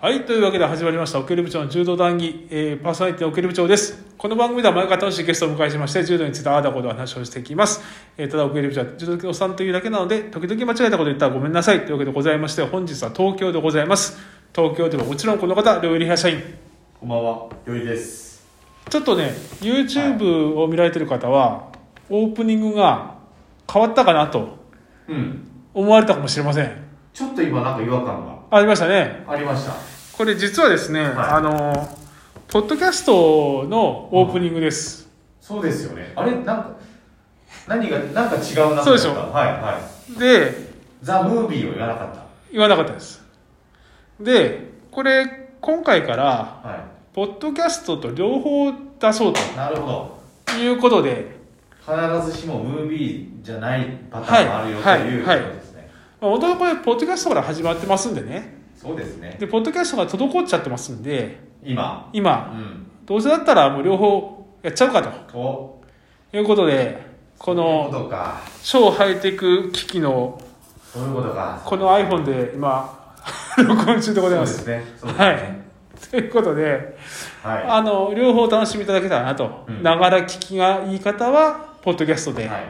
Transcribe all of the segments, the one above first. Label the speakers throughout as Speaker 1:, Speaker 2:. Speaker 1: はい、というわけで始まりました、オケル部長の柔道談義、えーパーソナリティのオケル部長です。この番組では毎回楽しいゲストをお迎えしまして、柔道についてああだこと話をしていきます。えーただ、オケル部長は柔道好きのおっさんというだけなので、時々間違えたこと言ったらごめんなさいというわけでございまして、本日は東京でございます。東京ではもちろんこの方、料理屋社員。
Speaker 2: こんばんは、よりです。
Speaker 1: ちょっとね、YouTube を見られてる方は、オープニングが変わったかなと
Speaker 2: うん。
Speaker 1: 思われたかもしれません。
Speaker 2: ちょっと今なんか違和感
Speaker 1: ありましたね。
Speaker 2: がありました。
Speaker 1: これ実はですね、あのポッドキャストのオープニングです、
Speaker 2: そうですよね。あれなんか何がなんか違うなと思った。
Speaker 1: そうでしょ
Speaker 2: はいはい。
Speaker 1: で
Speaker 2: ザムービーを言わなかっ
Speaker 1: 言わなかったですでこれ今回から
Speaker 2: た。は
Speaker 1: ポッドキャストと両方出そう
Speaker 2: い。なるほ
Speaker 1: ということで
Speaker 2: ど。必ずしもムービーじゃないパターンもあるよと
Speaker 1: はい
Speaker 2: いう
Speaker 1: はい
Speaker 2: ことですね。
Speaker 1: まあ元々これポッドキャストから始まってますんでね
Speaker 2: そうですね。
Speaker 1: でポッドキャストが滞っちゃってますんで
Speaker 2: 今。う
Speaker 1: 今
Speaker 2: ん。
Speaker 1: どうせだったらもう両方やっちゃうか
Speaker 2: お。
Speaker 1: ということでこ
Speaker 2: そういうこ
Speaker 1: の
Speaker 2: とか。
Speaker 1: 超ハイテク機器の
Speaker 2: そういうことか。
Speaker 1: この iPhone で今 録音中でございます
Speaker 2: そうですね。そうです
Speaker 1: はい
Speaker 2: ね。
Speaker 1: ということで
Speaker 2: はい。
Speaker 1: あの両方お楽しみいただけたらなと
Speaker 2: うん
Speaker 1: ながら聞きがいい方はポッドキャストで、
Speaker 2: はい。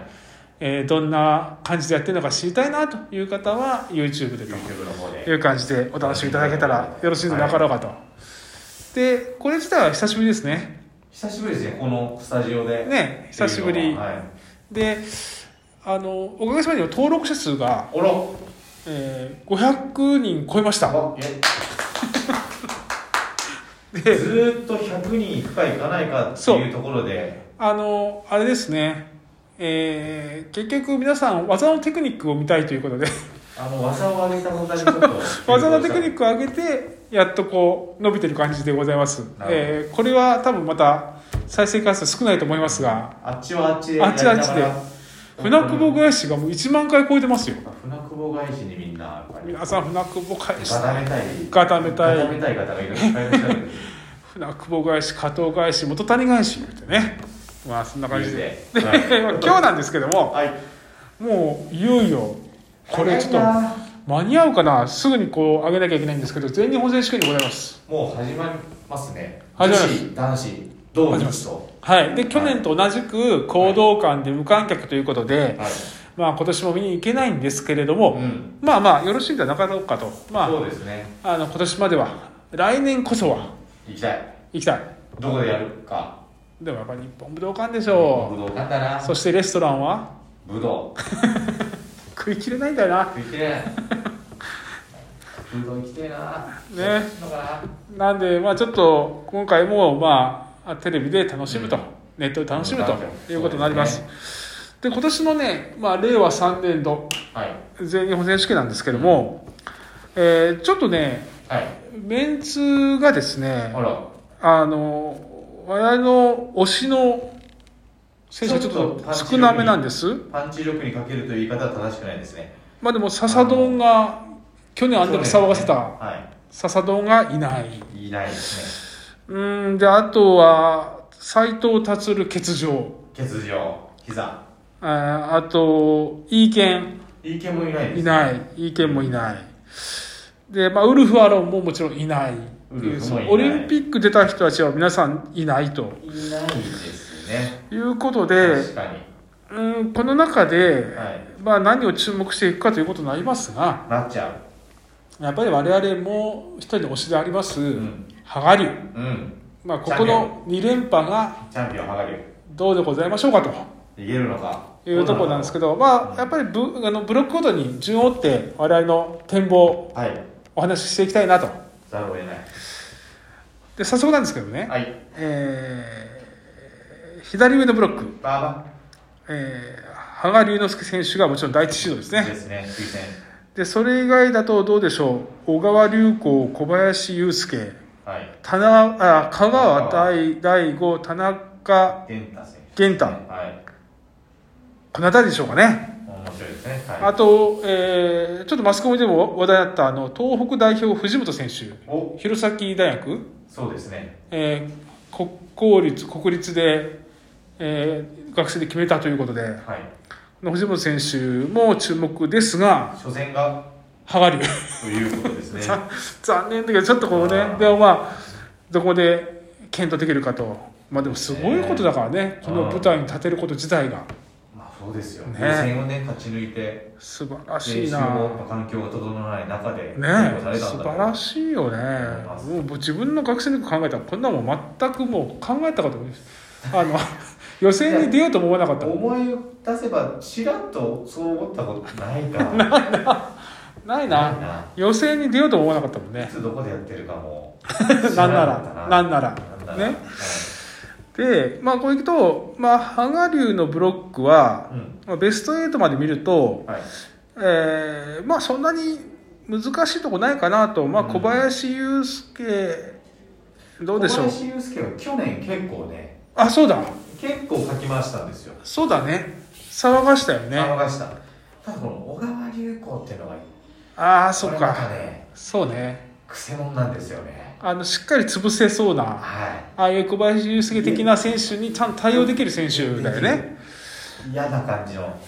Speaker 1: えーどんな感じでやってるのか知りたいなという方は YouTube で
Speaker 2: YouTube の方
Speaker 1: と
Speaker 2: で。
Speaker 1: いう感じでお楽しみいただけたらよろしいのではなかろうかと、でこれ自体は久しぶりですね
Speaker 2: 久しぶりですね。このスタジオで。
Speaker 1: ね久しぶ
Speaker 2: ってい
Speaker 1: り
Speaker 2: うのははい。
Speaker 1: であのおかげさまで登録者数が、
Speaker 2: おろ。
Speaker 1: えー500人超えました
Speaker 2: あえず
Speaker 1: で
Speaker 2: ーっと100人いくかいかないかっていうところで
Speaker 1: あのあれですねえー結局皆さん技のテクニックを見たいということで
Speaker 2: あの技を上げた方にちょっ と
Speaker 1: 技のテクニッ
Speaker 2: ク
Speaker 1: クを上げてやっとこう伸びてる感じでございます
Speaker 2: な、るほど
Speaker 1: えーこれは多分また再生回数少ないと思いますが
Speaker 2: あっちはあっちで
Speaker 1: あっちはあっちで
Speaker 2: やり
Speaker 1: 船
Speaker 2: ながら
Speaker 1: 久保返しがもう1万回超えてますよ
Speaker 2: 船久保返しにみんなやっぱり
Speaker 1: 皆さん船久保返し
Speaker 2: 固めたい
Speaker 1: 固めたい
Speaker 2: 固めたい方がいるいっぱいいらっしゃるんで
Speaker 1: 船久保返し加藤返し元谷返しってねまあそんな感じで
Speaker 2: いいですね
Speaker 1: まあ今日なんですけども
Speaker 2: はい
Speaker 1: もういよいよこれちょっと
Speaker 2: 早いな
Speaker 1: 間に合うかなすぐにこう上げなきゃいけないんですけど全日本選手権でございます
Speaker 2: もう始まりますね
Speaker 1: 始まります
Speaker 2: 女子男子同日と
Speaker 1: はい、で去年と同じく行動館で無観客ということで、
Speaker 2: はい
Speaker 1: まあ、今年も見に行けないんですけれども、
Speaker 2: うん
Speaker 1: まあまあよろしいんじゃなかろうかと、ま
Speaker 2: そうですね
Speaker 1: あ、あの今年までは来年こそは
Speaker 2: 行きたい
Speaker 1: 行きたい
Speaker 2: どこでやるか
Speaker 1: でもやっぱり日本武道館でし
Speaker 2: 武
Speaker 1: ょ
Speaker 2: 道館だ
Speaker 1: う
Speaker 2: な
Speaker 1: そしてレストランは
Speaker 2: 武道
Speaker 1: 食い切れないんだよな
Speaker 2: 食いきれない。うどん行きてえな。
Speaker 1: ね
Speaker 2: のか
Speaker 1: なんでまあちょっと今回もまあテレビで楽しむと、
Speaker 2: うん
Speaker 1: ネットで楽しむ
Speaker 2: うん
Speaker 1: ということになります
Speaker 2: そ
Speaker 1: で
Speaker 2: う
Speaker 1: 今年のね、まあ、令和3年度
Speaker 2: な。はい。
Speaker 1: 全日本選手権なんですけども、えーちょっとね
Speaker 2: はい。
Speaker 1: メンツがですね
Speaker 2: あら。
Speaker 1: あの我々の推しの選手はちょっ
Speaker 2: ちょっとパ
Speaker 1: と
Speaker 2: ンチ
Speaker 1: 少なめなんです
Speaker 2: パンチ力にかけるという言い方は正しくないですね。
Speaker 1: まあでも笹丼が去年あんだけ騒がせた
Speaker 2: は
Speaker 1: 笹丼がいない
Speaker 2: い。いないですね。
Speaker 1: うんであとは斎藤達欠場
Speaker 2: 欠場。膝。
Speaker 1: ああと飯健
Speaker 2: いいけもいないです、。
Speaker 1: いないい飯健もいないで、まあ、ウルフ・アロンももちろんいない
Speaker 2: ウルフもいない
Speaker 1: オリンピック出た人たちは皆さんいないと
Speaker 2: いないですね。
Speaker 1: いうことで
Speaker 2: 確かに。
Speaker 1: うんこの中で、
Speaker 2: はい。
Speaker 1: まあ、何を注目していくかということになりますが
Speaker 2: なっちゃう。
Speaker 1: やっぱり我々も一人の推しであります、
Speaker 2: ん。
Speaker 1: 羽賀龍、
Speaker 2: うん。
Speaker 1: まあ、ここの2連覇が
Speaker 2: チャンピオンはがり。
Speaker 1: どうでございましょうかと
Speaker 2: 逃げるのか。
Speaker 1: いうところなんですけど、まあ、やっぱりブあのブロックごとに順を追って我々の展望を
Speaker 2: ど。はい。
Speaker 1: お話ししていきたいなと
Speaker 2: ざるを得ない。
Speaker 1: で早速なんですけどね、
Speaker 2: はい。
Speaker 1: えー左上のブロック、
Speaker 2: バ
Speaker 1: えー、羽賀龍之介選手がもちろん第一シードです
Speaker 2: ーバ。
Speaker 1: ね
Speaker 2: ですね。推
Speaker 1: でそれ以外だとどうでしょう小川隆子小林雄介
Speaker 2: 薦。はい。
Speaker 1: 田中あ香川大大吾田中
Speaker 2: 玄太選手。
Speaker 1: 玄太
Speaker 2: はい。
Speaker 1: この辺りでしょうかね、
Speaker 2: 面白いですね。はい。
Speaker 1: あと、えーちょっとマスコミでも話題だったあの東北代表藤本選手
Speaker 2: お
Speaker 1: 弘前大学、
Speaker 2: そうですね
Speaker 1: えー国公立国立で、えー学生で決めたということで
Speaker 2: はい
Speaker 1: 藤本選手も注目ですが
Speaker 2: 初戦が
Speaker 1: 剥がれる
Speaker 2: ということですね。
Speaker 1: 残残念だけどちょっとこうねでもまあどこで検討できるかとまあでもすごいことだからねこの舞台に立てること自体が
Speaker 2: まあそうですよ。
Speaker 1: ね
Speaker 2: ね、予選をね勝ち抜いて、
Speaker 1: 素晴らし
Speaker 2: 練
Speaker 1: い
Speaker 2: 習
Speaker 1: な
Speaker 2: も環境が整わない中で
Speaker 1: ね
Speaker 2: された
Speaker 1: 素
Speaker 2: んだ
Speaker 1: 晴らしいよねもう自分の学生の時考えたらこんなもん全くもう考えたことないあの 予選に出ようとも思わなかった
Speaker 2: 思い出せばちらっとそう思ったことないか。な
Speaker 1: ないな予選に出ようとも思わなかったもん
Speaker 2: い
Speaker 1: ね
Speaker 2: つどこでやってるかも
Speaker 1: なんなら なんならね
Speaker 2: ね。
Speaker 1: でまあこれいくとまあ羽賀龍のブロックは
Speaker 2: はいうん
Speaker 1: まあベスト8まで見ると、
Speaker 2: はい。
Speaker 1: えーまあそんなに難しいとこないかなと、まあ、
Speaker 2: うん
Speaker 1: 小林雄介、どうでしょう
Speaker 2: 小林祐介は去年結構ね、
Speaker 1: あそうだ
Speaker 2: 結構書き回したんですよ。
Speaker 1: そうだね騒がしたよね
Speaker 2: 騒がした。ただこの小川流行っていうのが、
Speaker 1: ああそっ
Speaker 2: これまた
Speaker 1: か
Speaker 2: ね、
Speaker 1: そうね
Speaker 2: クセモンなんですよね。
Speaker 1: あのしっかり潰せそうな
Speaker 2: は
Speaker 1: ああいう小林雄介的な選手にちゃんと対応できる選手だよね
Speaker 2: い。嫌な感じの。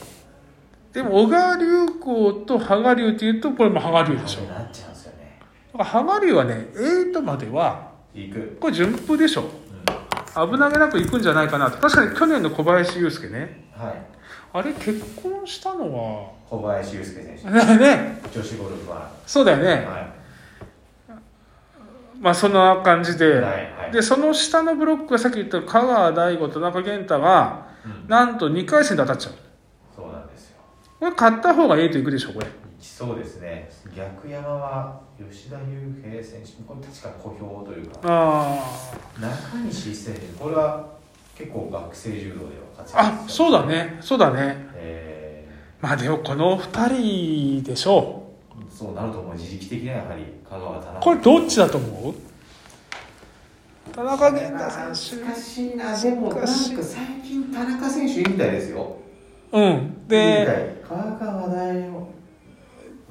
Speaker 1: でも小川龍光と羽賀龍っていうとこれも羽賀龍でしょだ
Speaker 2: なっちゃうんですよね。
Speaker 1: から羽賀龍はね8までは
Speaker 2: 行く。
Speaker 1: これ順風でしょ
Speaker 2: うん
Speaker 1: 危なげなくいくんじゃないかなと確かに去年の小林雄介ね
Speaker 2: はい。
Speaker 1: あれ結婚したの
Speaker 2: 小林祐介選手。
Speaker 1: は ね
Speaker 2: 女子ゴルファ
Speaker 1: そうだよ
Speaker 2: ー。
Speaker 1: ね
Speaker 2: はい。
Speaker 1: まあそんな感じで、
Speaker 2: はいはい
Speaker 1: でその下のブロックがさっき言った香川大吾と田中健太が
Speaker 2: うん
Speaker 1: なんと2回戦で当たっちゃう
Speaker 2: そうなんですよ。
Speaker 1: これ勝った方がいいといくでしょこれ
Speaker 2: 行きそうですね。逆山は吉田悠平選手、これ確か小兵というか、
Speaker 1: あ
Speaker 2: 中西一選手、これは結構学生柔道では活躍
Speaker 1: ああそうだ。ねそうだね
Speaker 2: え
Speaker 1: まあでもこの2人でしょ
Speaker 2: ーそうなると思う、自力的にはやはり香川田
Speaker 1: う
Speaker 2: 中。
Speaker 1: これどっちだと思う田中健太選
Speaker 2: 難しいな、でもなんか最近田中選手いいみたいですよ。
Speaker 1: 手うん
Speaker 2: いいみ
Speaker 1: で
Speaker 2: たい香川大王。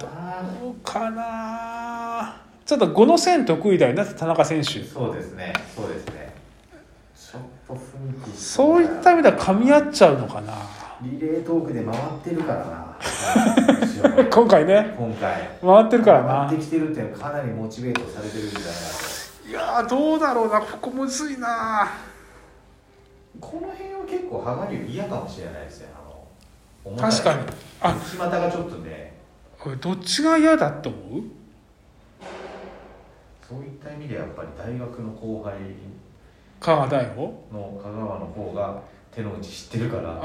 Speaker 2: あ
Speaker 1: どうかなちょっと5の線得意だよね田中選手
Speaker 2: ーそうですね、そうですね。ちょっと雰囲気。
Speaker 1: そういった意味では噛み合っちゃうのかな
Speaker 2: リレートークで回ってるからな後ろまで
Speaker 1: 今回ね
Speaker 2: 今回
Speaker 1: 回ってるから
Speaker 2: 回
Speaker 1: な
Speaker 2: ってきてるっていうのはかなりモチベートされてるんじゃないか
Speaker 1: いやーどうだろうなここむずいな
Speaker 2: とこの辺は結構ハガリュ嫌かもしれないですねあの重たい
Speaker 1: 確かにあ
Speaker 2: 内股がちょっとね
Speaker 1: 俺どっちが嫌だと思う
Speaker 2: そういった意味でやっぱり大学の後輩
Speaker 1: 香川大悟
Speaker 2: の香川の方が手の内知ってるから
Speaker 1: あ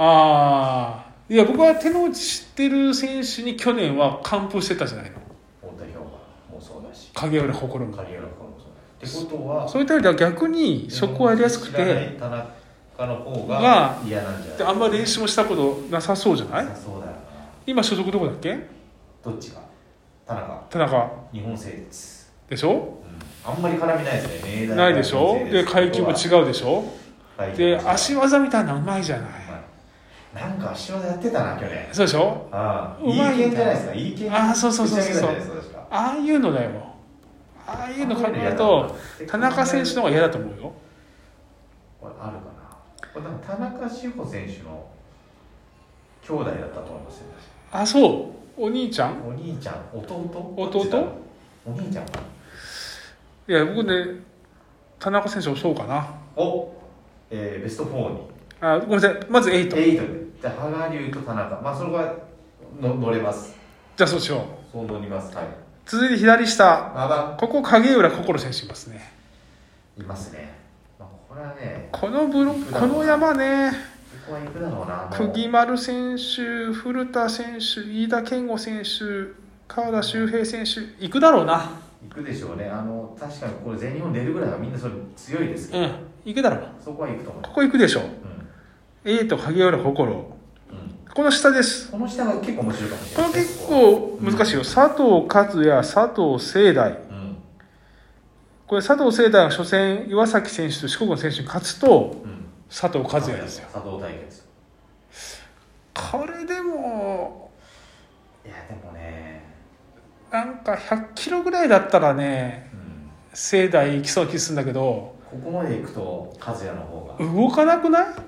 Speaker 1: あいや僕は手の内知ってる選手に去年は完封してたじゃないの
Speaker 2: 太田彪馬もそうだし
Speaker 1: 影浦心も
Speaker 2: 狩浦君もそうだしってことは
Speaker 1: そういった意味では逆にそこはやりやすく
Speaker 2: 知らな
Speaker 1: て
Speaker 2: い田中の方
Speaker 1: が
Speaker 2: が嫌なんじゃない
Speaker 1: であんま練習もしたことなさそうじゃない
Speaker 2: なさそうだよな
Speaker 1: 今所属どこだっけ
Speaker 2: どっちが田中
Speaker 1: 田中
Speaker 2: 日本製です、
Speaker 1: でしょ
Speaker 2: あんまり絡みないですね明大
Speaker 1: ないでしょ
Speaker 2: 日本製
Speaker 1: です階級も違うでしょ
Speaker 2: 階級も違
Speaker 1: で
Speaker 2: う
Speaker 1: 足技みたいなのうまいじゃない
Speaker 2: はいなんか足技やってたな去年
Speaker 1: そうでしょ
Speaker 2: ああ
Speaker 1: うまい
Speaker 2: い系じゃないですかいい系
Speaker 1: ああそうそうそうそうそう
Speaker 2: そう確か
Speaker 1: ああいうのだよああいうの考
Speaker 2: ああ
Speaker 1: え
Speaker 2: いう
Speaker 1: る
Speaker 2: の
Speaker 1: と
Speaker 2: 嫌だな
Speaker 1: 田中選手の方が嫌だと思うよ
Speaker 2: これあるかなこれなんか田中志保選手の兄弟だったと思いますよ
Speaker 1: あそうお兄ちゃん
Speaker 2: お兄ちゃん弟
Speaker 1: 弟
Speaker 2: どっちだろうお兄ちゃんか
Speaker 1: いや僕ね田中選手もそうかな
Speaker 2: お、えーベスト4に
Speaker 1: あごめんなさいまず8
Speaker 2: 8で羽賀龍と田中まあそれがの乗れます
Speaker 1: じゃあそうしよう
Speaker 2: そう乗りますはい
Speaker 1: 続いて左下
Speaker 2: まだ
Speaker 1: ここ影浦心選手いますね
Speaker 2: いますね、まあ、これはね
Speaker 1: このブロこの山ね
Speaker 2: ここは行くだろうな
Speaker 1: 釘丸選手古田選手飯田健吾選手川田修平選手行くだろうな
Speaker 2: 行くでしょうねあの確かにこれ全日本出るぐらいはみんなそれ強いですけ
Speaker 1: う
Speaker 2: ど、
Speaker 1: ん行くだろう
Speaker 2: そこは行くと思う
Speaker 1: ここ行くでしょ
Speaker 2: う
Speaker 1: A と影浦心
Speaker 2: ん、うん、
Speaker 1: この下です
Speaker 2: この下が結構面白いかもし
Speaker 1: こ
Speaker 2: れな
Speaker 1: れ
Speaker 2: い
Speaker 1: 結構難しいよ、佐藤勝也佐藤聖大
Speaker 2: うん
Speaker 1: これ佐藤聖大が初戦岩崎選手と四国の選手に勝つと
Speaker 2: うん
Speaker 1: 佐藤和也ですよ
Speaker 2: 佐藤対決
Speaker 1: これでも
Speaker 2: いやでもね
Speaker 1: なんか100キロぐらいだったらね
Speaker 2: うん
Speaker 1: 聖大行きそうな気するんだけど
Speaker 2: ここまで行くと和也の方が動
Speaker 1: 動かなくない
Speaker 2: かない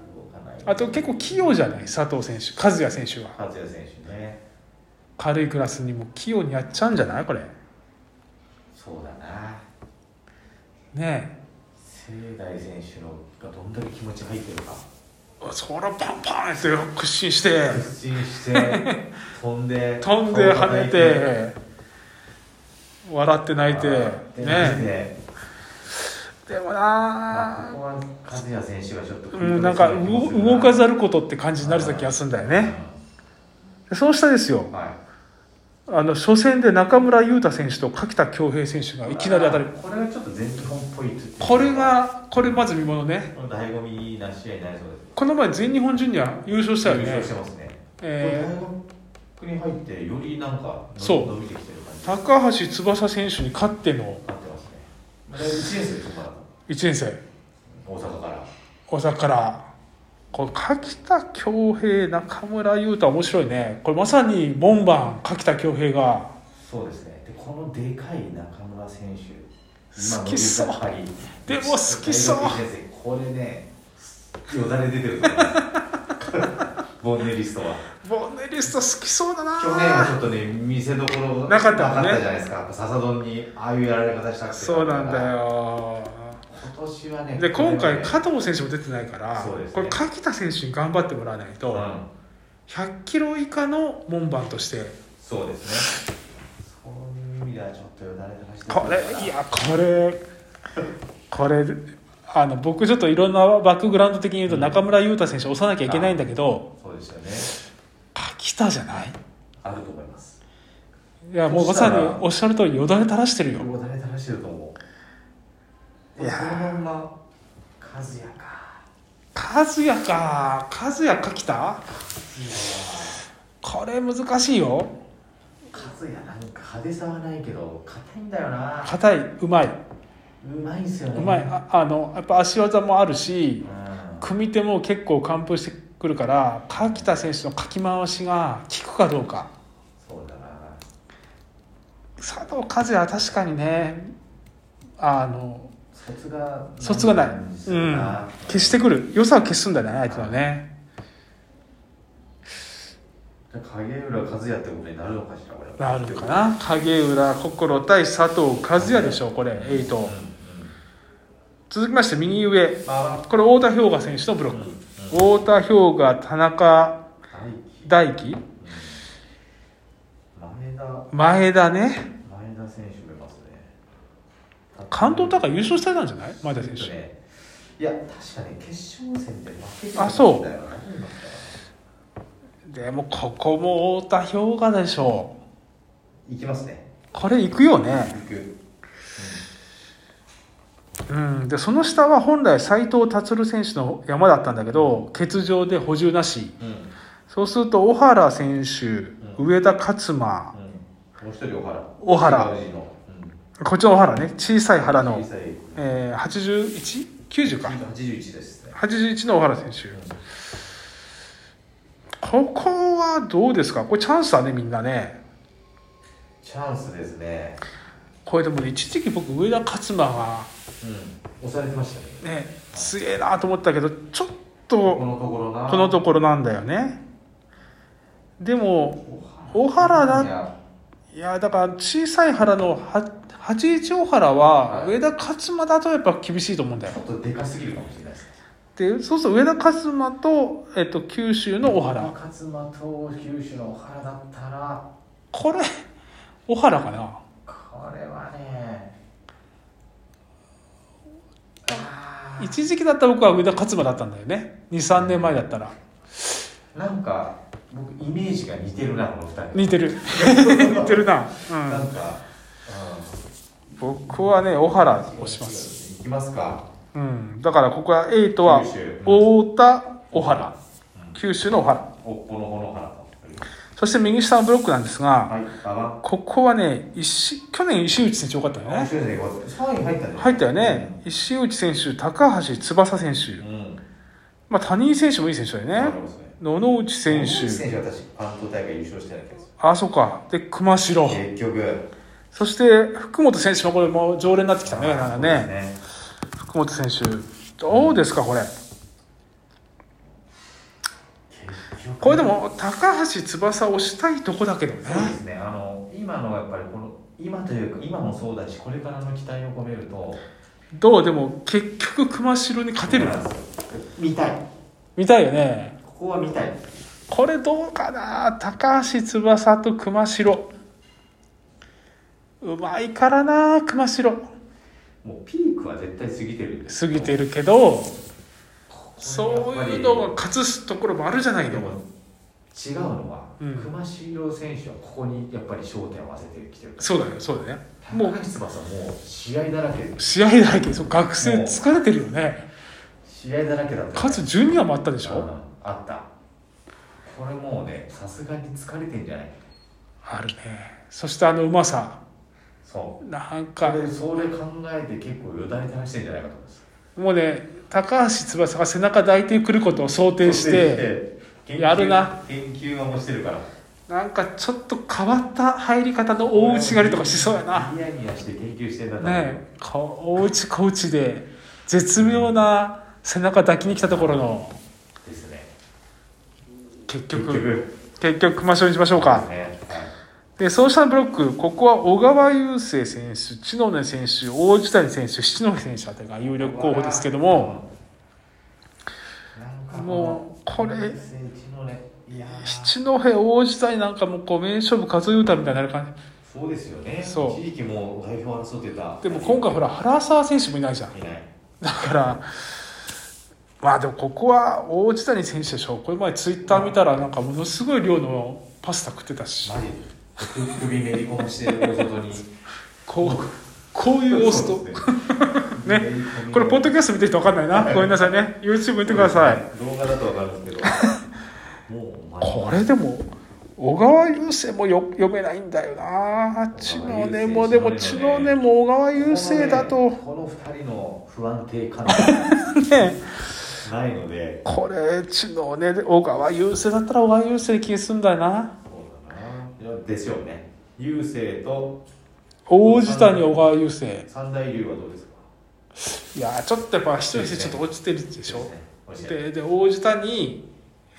Speaker 1: あと結構器用じゃない佐藤選手和也選手は
Speaker 2: 和也選手ね
Speaker 1: 軽いクラスにも器用にやっちゃうんじゃないこれね
Speaker 2: そうだな
Speaker 1: え
Speaker 2: 清大選手のがどんだけ気持ち入ってるか
Speaker 1: そらパンパンって屈伸して
Speaker 2: 屈伸して 飛んで
Speaker 1: 飛んで跳ねて笑って泣いて
Speaker 2: で
Speaker 1: ね
Speaker 2: ね
Speaker 1: でも
Speaker 2: まあ、
Speaker 1: な
Speaker 2: ここは和也選手がちょっと
Speaker 1: あうんなんか動動か
Speaker 2: る
Speaker 1: ざることって感じになる時はするんだよねそうしたですよ
Speaker 2: はい
Speaker 1: あの初戦で中村優太選手と柿田恭平選手がいきなり当たる
Speaker 2: これはちょっと全日本っぽいっていう
Speaker 1: これがこれまず見ものね
Speaker 2: この醍醐味な試合になりそうです
Speaker 1: この前全日本ジュニア優勝したよ
Speaker 2: 優
Speaker 1: ね
Speaker 2: 勝してますね、
Speaker 1: えー
Speaker 2: これ大学に入ってよりなんか伸び
Speaker 1: そう
Speaker 2: 伸びてきてる感じに
Speaker 1: 高橋翼選手に勝っての
Speaker 2: なってますねまだ1年生でしょまだ
Speaker 1: 1年生
Speaker 2: 大阪から
Speaker 1: 大阪からこう柿田恭平中村優太面白いねこれまさに門番柿田恭平が
Speaker 2: そうですねでこのでかい中村選手
Speaker 1: 好きそう
Speaker 2: 今伸び盛り
Speaker 1: でも好きそう
Speaker 2: 大学一年生これねよだれ出てると思います ボンネリストは
Speaker 1: ボンネリスト好きそうだ
Speaker 2: 去年は
Speaker 1: な
Speaker 2: ちょっとね見せどころ
Speaker 1: なかったもんね
Speaker 2: じゃないですかやっぱ笹丼にああいうやられ方したくて
Speaker 1: そうなんだよ
Speaker 2: 今年はね
Speaker 1: で今回
Speaker 2: 勝
Speaker 1: 加藤選手も出てないから、
Speaker 2: そうですね
Speaker 1: これ柿田選手に頑張ってもらわないと、
Speaker 2: うん、
Speaker 1: 100キロ以下の門番として
Speaker 2: そうですねそういう意味ではちょっとよだれ流してる
Speaker 1: これいやこれこれあの僕ちょっといろんなバックグラウンド的に言うと中村優太選手押さなきゃいけないんだけど
Speaker 2: そうでしたよね
Speaker 1: 柿田じゃない
Speaker 2: あると思います
Speaker 1: いやもうまさにおっしゃる通りよだれ垂らしてるよ
Speaker 2: よだれ垂らしてると思う
Speaker 1: い
Speaker 2: い
Speaker 1: や
Speaker 2: や
Speaker 1: ー
Speaker 2: そのまんま和也か
Speaker 1: 和也か和也柿田
Speaker 2: いや
Speaker 1: これ難しいよ
Speaker 2: ー和也なんか派手さはないけど硬いんだよな
Speaker 1: 硬いうまいう
Speaker 2: まいんすよね
Speaker 1: うまい
Speaker 2: うん、
Speaker 1: ああのやっぱ足技もあるし組み手も結構完封してくるから柿田選手のかき回しが効くかどうか
Speaker 2: そうだな
Speaker 1: 佐藤和也は確かにねあの
Speaker 2: 卒が
Speaker 1: 卒がない、
Speaker 2: そうだ
Speaker 1: ん
Speaker 2: な、
Speaker 1: 消してくる良さを消すんだね相手のね
Speaker 2: 影浦和也ってことになるのかしらこれ
Speaker 1: なるかな影浦心対佐藤和也でしょうこれエイ
Speaker 2: うん
Speaker 1: ト
Speaker 2: うん
Speaker 1: 続きまして右上
Speaker 2: まあ
Speaker 1: これ太田氷河選手のブロック、太田氷河田中
Speaker 2: 大
Speaker 1: 大
Speaker 2: 輝
Speaker 1: 輝
Speaker 2: 前田
Speaker 1: 前田ね
Speaker 2: 前田選手もいますね
Speaker 1: 関東大会優勝してたんじゃない前田選
Speaker 2: えっと
Speaker 1: 手
Speaker 2: ねいや確かね決勝戦で負けて
Speaker 1: あそう
Speaker 2: だよな何だったか
Speaker 1: でもここも太田氷河でしょう
Speaker 2: な行きますね
Speaker 1: これ行くよね
Speaker 2: 行く
Speaker 1: うんでその下は本来斎藤達選手の山だったんだけど欠場で補充なし
Speaker 2: うん、うん
Speaker 1: そうすると小原選手、
Speaker 2: う
Speaker 1: 上田勝馬
Speaker 2: もう一人小原
Speaker 1: 小原
Speaker 2: 違う字のうん
Speaker 1: こっちの小原ね小さい原の
Speaker 2: 小、さい
Speaker 1: えー、8190か
Speaker 2: 81ですね
Speaker 1: 81の小原選手ここはどうですかこれチャンスだねみんなね
Speaker 2: チャンスですね
Speaker 1: これでもね一時期僕上田勝馬が
Speaker 2: うん押されてましたね
Speaker 1: ね強えなと思ったけどちょっ
Speaker 2: ことのところな
Speaker 1: このところなんだよねでも
Speaker 2: 小
Speaker 1: 小
Speaker 2: 原
Speaker 1: 原
Speaker 2: だ
Speaker 1: だ
Speaker 2: や
Speaker 1: いやだから小さい原のは81小原は
Speaker 2: はい
Speaker 1: 上田勝馬だとやっぱ厳しいと思うんだよ
Speaker 2: ちょっとでかすぎるかもしれないです
Speaker 1: でそうすると上田勝馬と、えっと、九州の小原
Speaker 2: 勝間と九州の小原だったら
Speaker 1: これ小原かな
Speaker 2: これはねあ
Speaker 1: 一時期だったら僕は上田勝馬だったんだよね23年前だったら
Speaker 2: ーなんか僕イメージが似てるなこの2人
Speaker 1: 似てる 似てるな、うん
Speaker 2: なんか、
Speaker 1: 僕はね小原
Speaker 2: うん、
Speaker 1: 押します、
Speaker 2: いきますか
Speaker 1: うん、だからここは8は
Speaker 2: 九州
Speaker 1: 太田小原九州の小原
Speaker 2: おこのこの原
Speaker 1: そして右下のブロックなんです
Speaker 2: と
Speaker 1: が
Speaker 2: はいババ
Speaker 1: ここはね石去年石内選手よかったよ
Speaker 2: 面
Speaker 1: ね
Speaker 2: 白いね3位入ったね
Speaker 1: 入ったよね石内選手高橋翼選
Speaker 2: う
Speaker 1: 手、
Speaker 2: ん
Speaker 1: まあ、谷井選手もいい選手だよ
Speaker 2: なる
Speaker 1: ね
Speaker 2: ほどですね
Speaker 1: 野々内選
Speaker 2: 大内
Speaker 1: 手
Speaker 2: 選手は私関東大会優勝してないけど
Speaker 1: あそっかで熊代
Speaker 2: 結局
Speaker 1: そして福本選手もこれもう常連になってきたねなんか
Speaker 2: そうです
Speaker 1: ね福本選手どうですかこれ
Speaker 2: 結局
Speaker 1: これでも高橋翼を押したいとこだけどね
Speaker 2: そうですねあの今のやっぱりこの今というか今もそうだしこれからの期待を込めると
Speaker 1: どうでも結局熊代に勝てる
Speaker 2: そうなんですよ見たい
Speaker 1: 見たいよね
Speaker 2: ここは見たい
Speaker 1: これどうかな高橋翼と熊代うまいからな熊代
Speaker 2: もうピークは絶対過ぎてるんです
Speaker 1: 過ぎてるけど
Speaker 2: ここ
Speaker 1: そ
Speaker 2: に
Speaker 1: う
Speaker 2: やっぱり
Speaker 1: いうのが勝つところもあるじゃない
Speaker 2: で
Speaker 1: の
Speaker 2: も違うのは、
Speaker 1: うん
Speaker 2: 熊代選手はここにやっぱり焦点を合わせてきてる
Speaker 1: そうだねそうだねもう
Speaker 2: 高橋翼はもう試合だらけ
Speaker 1: 試合だらけそう学生疲れてるよね
Speaker 2: 試合だらけだった
Speaker 1: かつジュニアもあったでし
Speaker 2: うん
Speaker 1: ょ
Speaker 2: あったこれもうねさすがに疲れてんじゃない
Speaker 1: あるねそしてあのうまさ
Speaker 2: そう
Speaker 1: なんか
Speaker 2: これそれ考えて結構よだれ垂らしてんじゃないかと思います
Speaker 1: もうね高橋翼が背中抱いてくることを想定して
Speaker 2: 研究
Speaker 1: やるな
Speaker 2: 研究はもうしてるから
Speaker 1: なんかちょっと変わった入り方の大内刈りとかしそうやなね
Speaker 2: ニヤニヤして研究してんだと思う
Speaker 1: えこう大内小内で絶妙な背中抱きに来たところの
Speaker 2: ですね
Speaker 1: 結
Speaker 2: 結局
Speaker 1: 局結局熊代にしましょうか
Speaker 2: ですねはい
Speaker 1: でそうしたブロックここは小川雄生選手知能選手大地谷選手七戸選手あたりが有力候補ですけども
Speaker 2: なんか
Speaker 1: もうこれ
Speaker 2: うねいやー
Speaker 1: 七戸大地谷なんかもうこう名勝負数え歌みたいになる感じ
Speaker 2: そうですよね
Speaker 1: そう
Speaker 2: 一時期もう代表争ってた
Speaker 1: でも今回ほら原沢選手もいないじゃん
Speaker 2: いない
Speaker 1: だからまあでもここは大地谷選手でしょこれ前ツイッター見たらなんかものすごい量のパスタ食ってたし
Speaker 2: マジで首めり込みしてる大外 に
Speaker 1: こうこういうオース
Speaker 2: そう
Speaker 1: ト
Speaker 2: です
Speaker 1: ね
Speaker 2: めり込みを
Speaker 1: これポッドキャスト見てる人分かんないなごめんなさいね YouTube 見てください
Speaker 2: 動画だとわかるんですけど もうお前
Speaker 1: これでも小川雄星もよ読めないんだよな知
Speaker 2: 小
Speaker 1: 能
Speaker 2: 川
Speaker 1: ね
Speaker 2: 雄星
Speaker 1: もでも知
Speaker 2: 知
Speaker 1: 能
Speaker 2: 能
Speaker 1: ね
Speaker 2: ね
Speaker 1: も小川雄星だと
Speaker 2: この二人の不安定感が
Speaker 1: ね
Speaker 2: ないので
Speaker 1: これ知能ね小川雄星だったら小川雄星で気がするんだよな
Speaker 2: そうだないやですよね優勢と
Speaker 1: 大地谷小川雄星
Speaker 2: 三大流はどうですか
Speaker 1: いやーちょっとやっぱ一人でちょっと落ちてるでしょ
Speaker 2: そうですね
Speaker 1: でで大地谷、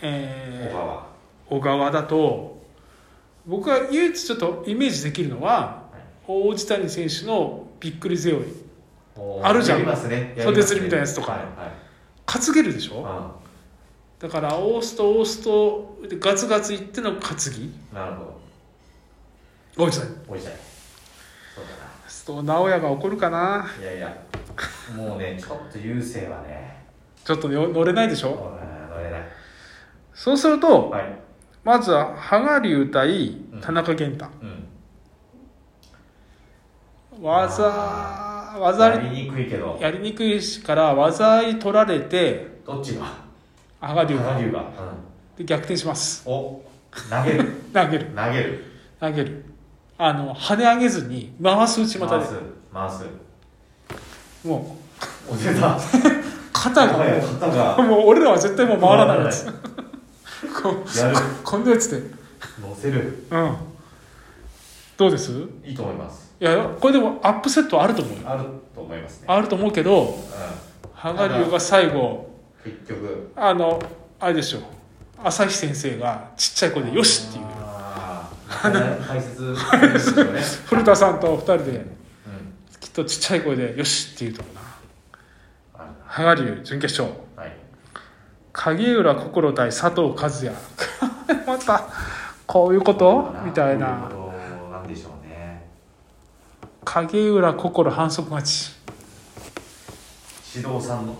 Speaker 1: え
Speaker 2: 小
Speaker 1: ー
Speaker 2: 川
Speaker 1: 小川だと僕が唯一ちょっとイメージできるのは大地谷選手のびっくり背負い
Speaker 2: お
Speaker 1: あるじゃん
Speaker 2: やりますね
Speaker 1: 袖釣りみたいなやつとか
Speaker 2: はい
Speaker 1: 担げるでしょ
Speaker 2: は
Speaker 1: だからオーストオーストでガツガツいっての担ぎ
Speaker 2: いうんなるほど
Speaker 1: 大地谷
Speaker 2: おいしいそうだな
Speaker 1: そう直哉が怒るかない
Speaker 2: やいや、もうね、ちょっと優勢はね、
Speaker 1: ちょっとよ乗れないでし
Speaker 2: うん
Speaker 1: ょ
Speaker 2: 乗れない。
Speaker 1: そうすると
Speaker 2: はい。
Speaker 1: まずは羽賀龍対田中健太、
Speaker 2: うん。
Speaker 1: 技技あり
Speaker 2: やりにくいけど、
Speaker 1: やりにくいしから技あり取られて
Speaker 2: どっちが
Speaker 1: 羽賀龍
Speaker 2: 羽
Speaker 1: が
Speaker 2: 賀龍が。
Speaker 1: で逆転します
Speaker 2: うん。お、投げる。
Speaker 1: 投げる
Speaker 2: 投げる。
Speaker 1: 投げるあの跳ね上げずに回す内股
Speaker 2: 回。
Speaker 1: です
Speaker 2: 回す。
Speaker 1: も
Speaker 2: お出た。
Speaker 1: う肩が
Speaker 2: もはや肩が。
Speaker 1: もう俺らは絶対もう回らないやつこう
Speaker 2: やる。
Speaker 1: こんなやつで
Speaker 2: 乗せる。
Speaker 1: うんどうですい
Speaker 2: いいと思います。
Speaker 1: やこれでもアップセットあると思うよ
Speaker 2: あると思いますね。
Speaker 1: あると思うけど
Speaker 2: う
Speaker 1: 羽賀龍が最後
Speaker 2: ん。結局。
Speaker 1: あのあれでしょ朝日先生がちっちゃい声で「よし!」っていう
Speaker 2: あ ー。解説するんですよね。
Speaker 1: 古田さんと二人で
Speaker 2: うん。
Speaker 1: きっとちっちゃい声で「よし!」っていうとこな
Speaker 2: ある
Speaker 1: 羽賀龍準決勝
Speaker 2: な。はい。
Speaker 1: 影浦心対佐藤和 也またこういうことみたいな
Speaker 2: こういうことなんでしょうね。
Speaker 1: 影浦心反則勝ち
Speaker 2: 指導さんの。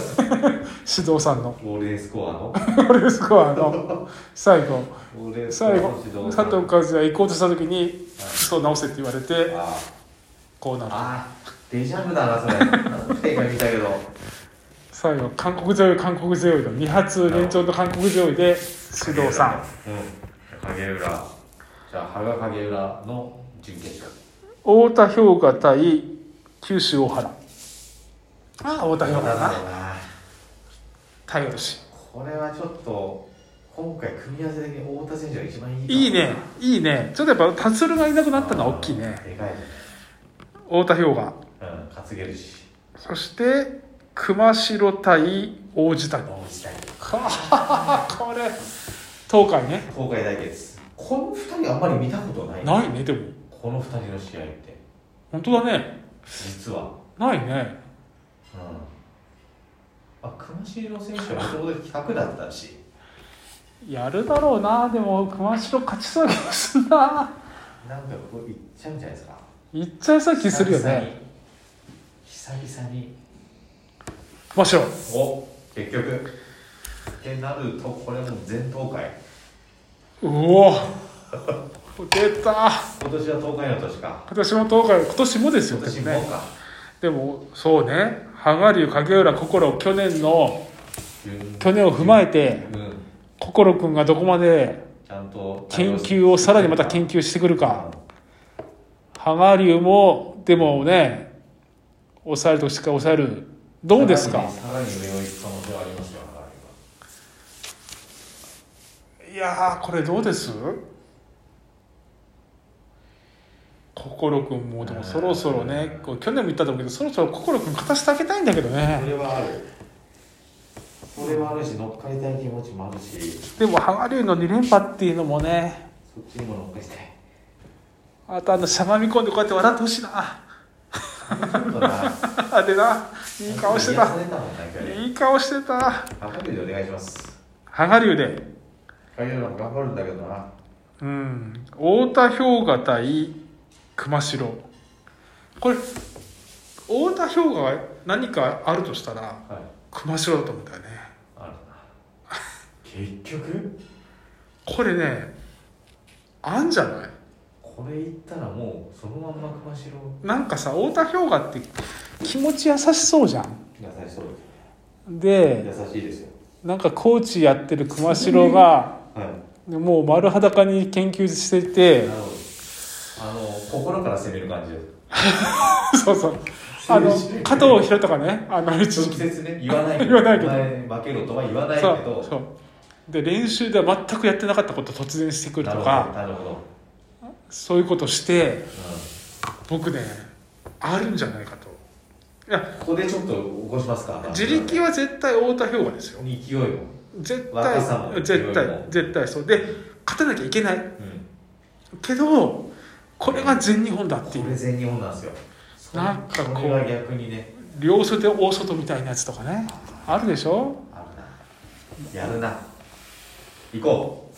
Speaker 1: 指導さん の
Speaker 2: ゴールデンスコアの
Speaker 1: 俺ルスコアの最後
Speaker 2: ゴールデンスコア
Speaker 1: 最後
Speaker 2: の指導
Speaker 1: 佐藤和也行こうとした時に
Speaker 2: はい
Speaker 1: 「そう直せ」って言われて
Speaker 2: あ
Speaker 1: こう
Speaker 2: ー
Speaker 1: なる
Speaker 2: あーデジャブだなそれ映画見たけど
Speaker 1: 最後韓国背負い韓国背負いの2発連長の韓国背負いで指導さん
Speaker 2: うん影浦じゃあ羽賀影浦の準決勝
Speaker 1: 太田氷河対九州大原ああ太田氷河だ
Speaker 2: なん
Speaker 1: な
Speaker 2: だろうな
Speaker 1: 太陽年
Speaker 2: これはちょっと今回組み合わせ的に太田選手が一番いいかない
Speaker 1: いねいいねちょっとやっぱ達郎がいなくなったのは大きいね
Speaker 2: でかい
Speaker 1: 太田氷河
Speaker 2: うん担げるし
Speaker 1: そして熊代対王子谷
Speaker 2: 脳自体
Speaker 1: はあこれ東海ね
Speaker 2: 東海大決この二人あんまり見たことない
Speaker 1: ないねでも
Speaker 2: この二人の試合って
Speaker 1: 本当だね
Speaker 2: 実は、
Speaker 1: ないね
Speaker 2: うんまあ、熊代の選手はもともと100だったし
Speaker 1: やるだろうなでも熊代勝ちそうな気がするな
Speaker 2: なんかこういっちゃうんじゃないですか
Speaker 1: いっちゃいそうな気するよね
Speaker 2: 久々に久々に
Speaker 1: 真っ白
Speaker 2: お結局ってなるとこれもう全東海
Speaker 1: うおー出た
Speaker 2: 今年は東海の年か
Speaker 1: 今年も東海今年もですよ
Speaker 2: 今年
Speaker 1: でも
Speaker 2: も
Speaker 1: ね
Speaker 2: か
Speaker 1: でもそうね羽賀龍影浦心去年の去年を踏まえて
Speaker 2: うん
Speaker 1: 心君がどこまで
Speaker 2: ちゃんと
Speaker 1: 研究をさらにまた研究してくるか羽賀龍もでもね抑えるとしか抑えるどうですか
Speaker 2: さらに上を行く可能性はあります
Speaker 1: い
Speaker 2: よ
Speaker 1: やーこれどうです心君もでもそろそろねこう去年も言ったと思うけどそろそろ心君勝たせてあげたいんだけどね
Speaker 2: それはあるそれはあるし乗っかりたい気持ちもあるし
Speaker 1: でも羽賀龍の2連覇っていうのもね
Speaker 2: そっちにも乗っかりたい
Speaker 1: あとあのしゃがみ込んでこうやって笑ってほしいな でないい顔してた
Speaker 2: 出たもんないから
Speaker 1: いい顔してた
Speaker 2: 赤でお願いします
Speaker 1: 羽賀龍で
Speaker 2: 影浦も頑張るんだけどな
Speaker 1: うん太田氷河対熊代これ太田氷河が何かあるとしたら
Speaker 2: はい
Speaker 1: 熊代だと思うんだよね
Speaker 2: あるな結局
Speaker 1: これねあんじゃない
Speaker 2: これ行ったらもうそのまんま熊代
Speaker 1: なんかさ太田氷河って気持ち優しそうじゃん
Speaker 2: 優しそう
Speaker 1: で
Speaker 2: です優しいですよ
Speaker 1: なんかコーチやってる熊代が
Speaker 2: はい
Speaker 1: でもう丸裸に研究してて
Speaker 2: なるほどあの心から攻める感じです
Speaker 1: そうそうあの
Speaker 2: 正直
Speaker 1: 加藤博とかねあの一
Speaker 2: 直
Speaker 1: 時期
Speaker 2: 接ね言わないけど
Speaker 1: 言わないけど
Speaker 2: お前負けろとは言わないけ
Speaker 1: そ
Speaker 2: ど
Speaker 1: うそうで練習では全くやってなかったことを突然してくるとか
Speaker 2: なるほどなるほど、
Speaker 1: そういうことして僕ねあるんじゃないかといや
Speaker 2: うんここでちょっと起こしますか
Speaker 1: 自力は絶対太田氷河ですよ
Speaker 2: 勢いを、うん、
Speaker 1: 絶
Speaker 2: 若さも
Speaker 1: 対絶
Speaker 2: いろい
Speaker 1: 対
Speaker 2: ろ
Speaker 1: 絶対そうで勝たなきゃいけないけどこれが全日本だってい
Speaker 2: これ
Speaker 1: う
Speaker 2: 全日本なんですよ
Speaker 1: なんかこう
Speaker 2: これは逆にね
Speaker 1: 両袖大外みたいなやつとかねあるでしょ
Speaker 2: あるなやるな行こう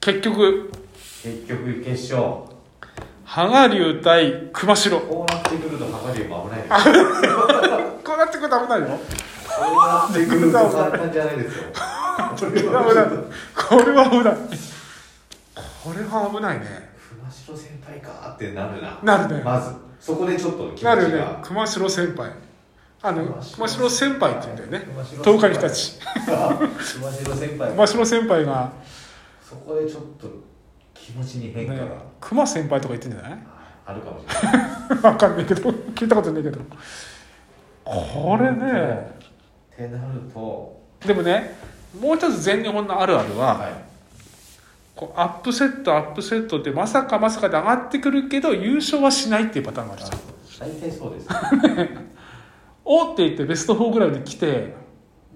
Speaker 1: 結局
Speaker 2: 結局決勝
Speaker 1: 羽賀龍対熊代こ
Speaker 2: こうなってくると羽賀龍も危ないです
Speaker 1: うなってくると危ないよ
Speaker 2: こうなってくると簡単じゃないですよこれ
Speaker 1: 危ない 危ないこれは危ないこれは危ないね
Speaker 2: 熊代先輩かーってなるな
Speaker 1: なるね
Speaker 2: まずそこでちょっと気持ち
Speaker 1: な
Speaker 2: が
Speaker 1: るよね熊代先輩あの熊代先輩って言うんだよね
Speaker 2: 熊代先輩
Speaker 1: 東海日立
Speaker 2: 熊代先輩
Speaker 1: 熊代先輩が、
Speaker 2: そこでちょっと気持ちに変化が
Speaker 1: ね、熊先輩とか言ってんじゃない
Speaker 2: あるかもしれない
Speaker 1: 分かんないけど聞いたことないけどこれね
Speaker 2: ってなると
Speaker 1: でもねもう一つ全日本のあるあるは、こうアップセットアップセットってまさかまさかで上がってくるけど優勝はしないっていうパターンがあるじゃん
Speaker 2: 大体そうです
Speaker 1: おって言ってベスト4ぐらいまで来て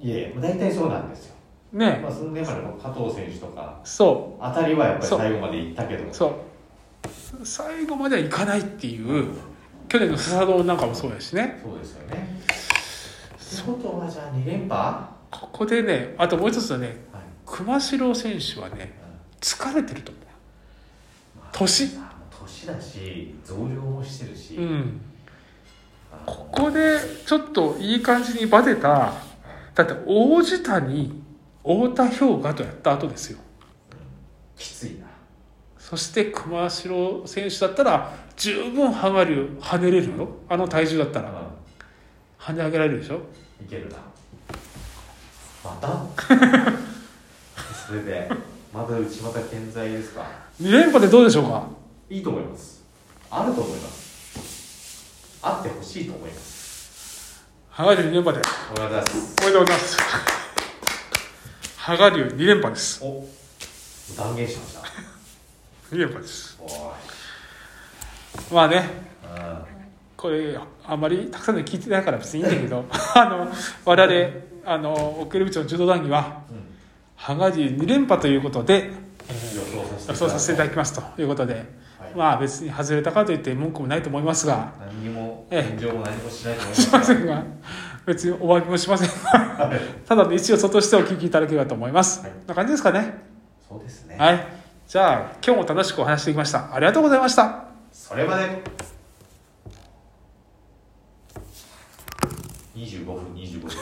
Speaker 2: いやいや大体そうなんですよ、
Speaker 1: ね
Speaker 2: まあ、その中でも加藤選手とか
Speaker 1: そ
Speaker 2: 当たりはやっぱり
Speaker 1: そう
Speaker 2: 最後までいったけど
Speaker 1: うそう最後まではいかないっていう去年の笹堂なんかもそうやしね
Speaker 2: そうですよね外はじゃあ2連覇、は
Speaker 1: ここでねあともう一つはね
Speaker 2: い
Speaker 1: 熊代選手はね疲れてると思う年
Speaker 2: 年だし増量もしてるし、
Speaker 1: うん
Speaker 2: あの
Speaker 1: ここでちょっといい感じにバテただって王子谷太田氷河とやった後ですよ
Speaker 2: きついな
Speaker 1: そして熊代選手だったら十分羽賀流跳ねれるよあの体重だったら跳ね上げられるでしょ
Speaker 2: いけるなまた それでまだ内股健在ですか
Speaker 1: 2連覇でどうでしょうか
Speaker 2: いいと思いますあると思いますあってほしいと思います
Speaker 1: 羽賀流2連覇で
Speaker 2: おめでとうございます
Speaker 1: おめでとうございます羽賀流2連覇です
Speaker 2: お断言しました
Speaker 1: 2連覇です
Speaker 2: おーい
Speaker 1: まあね
Speaker 2: うん
Speaker 1: これあんまりたくさんの聞いて ないから別にいいんだけどあの我々あの奥入部長の柔道談義は
Speaker 2: うん
Speaker 1: 羽賀龍2連覇ということで、えー
Speaker 2: 予想させて
Speaker 1: 予想させていただき
Speaker 2: ま
Speaker 1: ますということで、
Speaker 2: はい
Speaker 1: まあ別に外れたからといって文句もないと思いますが、
Speaker 2: す何にも
Speaker 1: ええ
Speaker 2: 炎上も何もしないと思い
Speaker 1: し
Speaker 2: ま
Speaker 1: ませんが、別にお詫びもしませんが、
Speaker 2: すはい
Speaker 1: ただの一応外してお聞きいただければと思います。
Speaker 2: はい
Speaker 1: こんな感じですかね。
Speaker 2: そうですね
Speaker 1: はい。じゃあ、今日も楽しくお話しできました。ありがとうございました。
Speaker 2: それまで25分25分